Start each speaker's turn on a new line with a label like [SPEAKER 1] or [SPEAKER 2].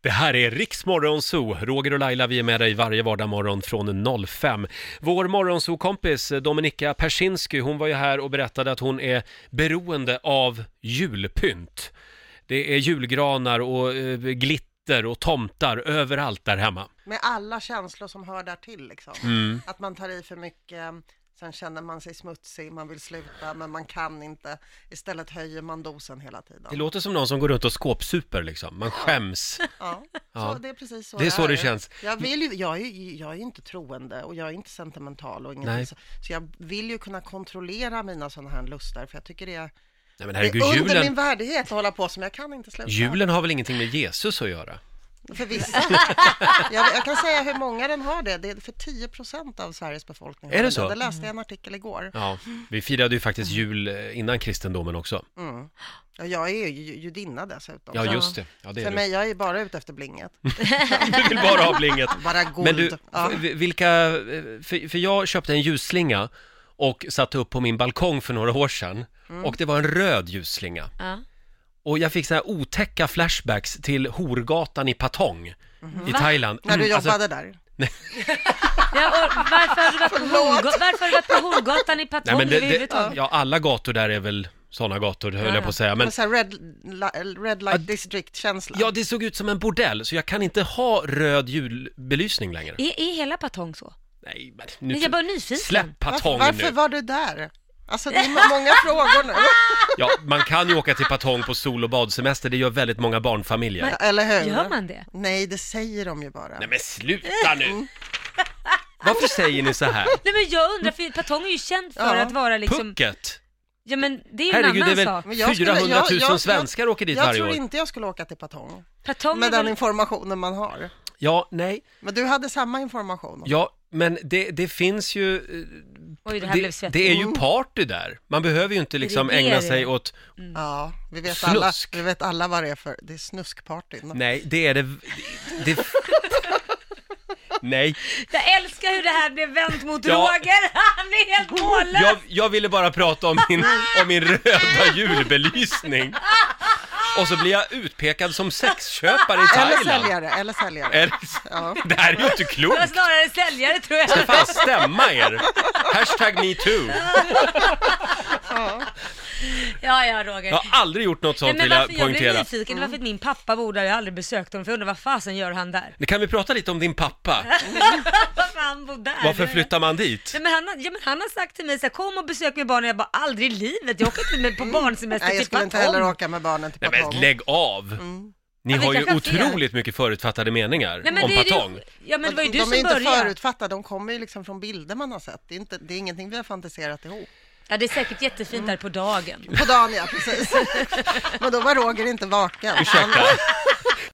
[SPEAKER 1] Det här är Riksmorgon Zoo. Roger och Laila, vi är med dig varje vardagsmorgon från 05. Vår morgonzoo-kompis eh, Dominika Persinski, hon var ju här och berättade att hon är beroende av julpynt. Det är julgranar och eh, glitter och tomtar överallt där hemma.
[SPEAKER 2] Med alla känslor som hör där till liksom.
[SPEAKER 1] Mm.
[SPEAKER 2] Att man tar i för mycket, sen känner man sig smutsig, man vill sluta, men man kan inte. Istället höjer man dosen hela
[SPEAKER 1] Det
[SPEAKER 2] tiden.
[SPEAKER 1] låter som någon som går runt och skåpsuper liksom. Man skäms.
[SPEAKER 2] Ja, så
[SPEAKER 1] Ja.
[SPEAKER 2] det är precis så
[SPEAKER 1] Det är så det
[SPEAKER 2] är.
[SPEAKER 1] känns.
[SPEAKER 2] Jag, vill ju, jag, är ju, jag är ju inte troende och jag är inte sentimental och
[SPEAKER 1] Nej.
[SPEAKER 2] ingenting så, så jag vill ju kunna kontrollera mina sådana här lustar för jag tycker det är,
[SPEAKER 1] Nej men
[SPEAKER 2] det är
[SPEAKER 1] herregud,
[SPEAKER 2] under min
[SPEAKER 1] julen,
[SPEAKER 2] värdighet att hålla på som jag kan inte sluta.
[SPEAKER 1] julen har väl ingenting med Jesus att göra?
[SPEAKER 2] För vissa. jag, jag kan säga hur många den har det. Det är för 10 procent av Sveriges befolkning. har
[SPEAKER 1] Är det
[SPEAKER 2] den.
[SPEAKER 1] så? Mm.
[SPEAKER 2] Det läste jag i en artikel igår.
[SPEAKER 1] Ja, vi firade ju faktiskt jul eh, innan kristendomen också.
[SPEAKER 2] Mm. Ja, jag är ju ju- judinna dessutom.
[SPEAKER 1] Ja,
[SPEAKER 2] Så
[SPEAKER 1] just det. Ja, det är
[SPEAKER 2] för
[SPEAKER 1] du.
[SPEAKER 2] mig, jag är bara ute efter blinget.
[SPEAKER 1] Du vill bara ha blinget.
[SPEAKER 2] Bara guld.
[SPEAKER 1] Men du, Mm,
[SPEAKER 2] ja.
[SPEAKER 1] v- vilka, eh, för, för jag köpte en ljusslinga och satte upp på min balkong för några år sedan och det var en röd ljusslinga.
[SPEAKER 3] Ja.
[SPEAKER 1] Och jag fick så här otäcka flashbacks till Horgatan i Patong i Thailand.
[SPEAKER 2] När du
[SPEAKER 1] Mm, alltså,
[SPEAKER 2] jobbade där.
[SPEAKER 3] Ja, och varför har du varit på Hornga- varför har du varit på Horngatan i
[SPEAKER 1] nej,
[SPEAKER 3] Patong
[SPEAKER 1] men det, det,
[SPEAKER 3] överhuvudtaget?
[SPEAKER 1] ja, alla gator där är väl sådana gator, höll
[SPEAKER 3] Ja,
[SPEAKER 1] jag på att säga. Men,
[SPEAKER 2] Men... Så här red, li- red light district-känsla.
[SPEAKER 1] ja, det såg ut som en bordell, så jag kan inte ha röd julbelysning längre.
[SPEAKER 3] Är, är hela Patong så?
[SPEAKER 1] Nej, men
[SPEAKER 3] Men
[SPEAKER 1] nu,
[SPEAKER 3] jag är bara nyfiken.
[SPEAKER 1] släpp
[SPEAKER 2] varför
[SPEAKER 1] Patong
[SPEAKER 2] varför
[SPEAKER 1] nu.
[SPEAKER 2] var du där? Alltså det är må- många frågor nu.
[SPEAKER 1] Ja, man kan ju åka till Patong på sol och badsemester, det gör väldigt många barnfamiljer.
[SPEAKER 2] Ja, Eller hur?
[SPEAKER 3] Gör man det?
[SPEAKER 2] Nej, det säger de ju bara.
[SPEAKER 1] Nej men sluta nu! Varför säger ni så här?
[SPEAKER 3] Nej men jag undrar, för Patong är ju känd för
[SPEAKER 2] Ja.
[SPEAKER 3] att vara liksom...
[SPEAKER 1] Pucket!
[SPEAKER 3] Ja men det är ju en
[SPEAKER 1] Herregud, det
[SPEAKER 3] annan
[SPEAKER 1] är väl
[SPEAKER 3] sak.
[SPEAKER 2] Men jag skulle-
[SPEAKER 1] 400 000
[SPEAKER 2] jag- jag- jag-
[SPEAKER 1] svenskar åker dit
[SPEAKER 2] Jag
[SPEAKER 1] varje
[SPEAKER 2] tror
[SPEAKER 1] år.
[SPEAKER 2] inte jag skulle åka till Patong.
[SPEAKER 3] Patong är
[SPEAKER 2] Med den
[SPEAKER 3] väl...
[SPEAKER 2] informationen man har.
[SPEAKER 1] Ja, nej,
[SPEAKER 2] Men du hade samma information?
[SPEAKER 1] ja, men det, det finns ju... eh,
[SPEAKER 3] Oj, det här blev
[SPEAKER 1] Det,
[SPEAKER 3] svettigt.
[SPEAKER 1] det är ju party där. Man behöver ju inte liksom
[SPEAKER 3] det det
[SPEAKER 1] ägna
[SPEAKER 3] är?
[SPEAKER 1] sig åt...
[SPEAKER 2] Ja, vi vet,
[SPEAKER 1] Snusk.
[SPEAKER 2] alla, vi vet alla vad det är för, det är snuskpartyn.
[SPEAKER 1] Nej, det är det... det, det nej,
[SPEAKER 3] Jag älskar hur det här blev vänt mot
[SPEAKER 1] Ja.
[SPEAKER 3] Roger. Han är helt mållös.
[SPEAKER 1] jag, jag ville bara prata om min, om min röda julbelysning. Och så blir jag utpekad som sexköpare i
[SPEAKER 2] Eller
[SPEAKER 1] Thailand.
[SPEAKER 2] säljare, eller säljare.
[SPEAKER 1] Eller
[SPEAKER 2] Ja.
[SPEAKER 1] Det här är ju inte
[SPEAKER 3] Det var
[SPEAKER 1] klokt!
[SPEAKER 3] snarare säljare tror jag.
[SPEAKER 1] ska fan stämma er! Hashtag metoo!
[SPEAKER 3] Ja, ja Roger.
[SPEAKER 1] Jag har aldrig gjort något
[SPEAKER 3] Nej,
[SPEAKER 1] sånt
[SPEAKER 3] men
[SPEAKER 1] vill
[SPEAKER 3] varför
[SPEAKER 1] jag
[SPEAKER 3] jag blev
[SPEAKER 1] poängtera.
[SPEAKER 3] nyfiken, det var för att min pappa bor där och jag har aldrig besökt honom, för jag undrar vad fasen gör han där?
[SPEAKER 1] Nu kan vi prata lite om din pappa?
[SPEAKER 3] Varför han bor där?
[SPEAKER 1] Varför flyttar man dit?
[SPEAKER 3] Ja men, han, har- ja men han har sagt till mig så här, kom och besök mig barn och jag bara aldrig i livet, jag åker inte med på barnsemester
[SPEAKER 2] Mm. Nej, jag
[SPEAKER 3] till
[SPEAKER 2] skulle inte
[SPEAKER 3] Patong.
[SPEAKER 2] heller åka med barnen till
[SPEAKER 1] Nej men
[SPEAKER 2] Patong.
[SPEAKER 1] lägg av! Ni
[SPEAKER 3] Mm. Ja, vi
[SPEAKER 1] har ju
[SPEAKER 3] kanske har fel.
[SPEAKER 1] otroligt mycket förutfattade meningar
[SPEAKER 3] Nej, men
[SPEAKER 1] om
[SPEAKER 3] det är ju-
[SPEAKER 1] Patong.
[SPEAKER 3] Ja men det var ju
[SPEAKER 2] de
[SPEAKER 3] du
[SPEAKER 2] är
[SPEAKER 3] som
[SPEAKER 2] inte
[SPEAKER 3] började.
[SPEAKER 2] förutfattade, de kommer ju liksom från bilder man har sett. Det är, inte, det är ingenting vi har fantiserat ihop.
[SPEAKER 3] Ja det är säkert jättefint där på dagen.
[SPEAKER 2] På dagen ja, precis. Men då var Roger inte vaken.
[SPEAKER 3] Ah,
[SPEAKER 1] Ursäkta,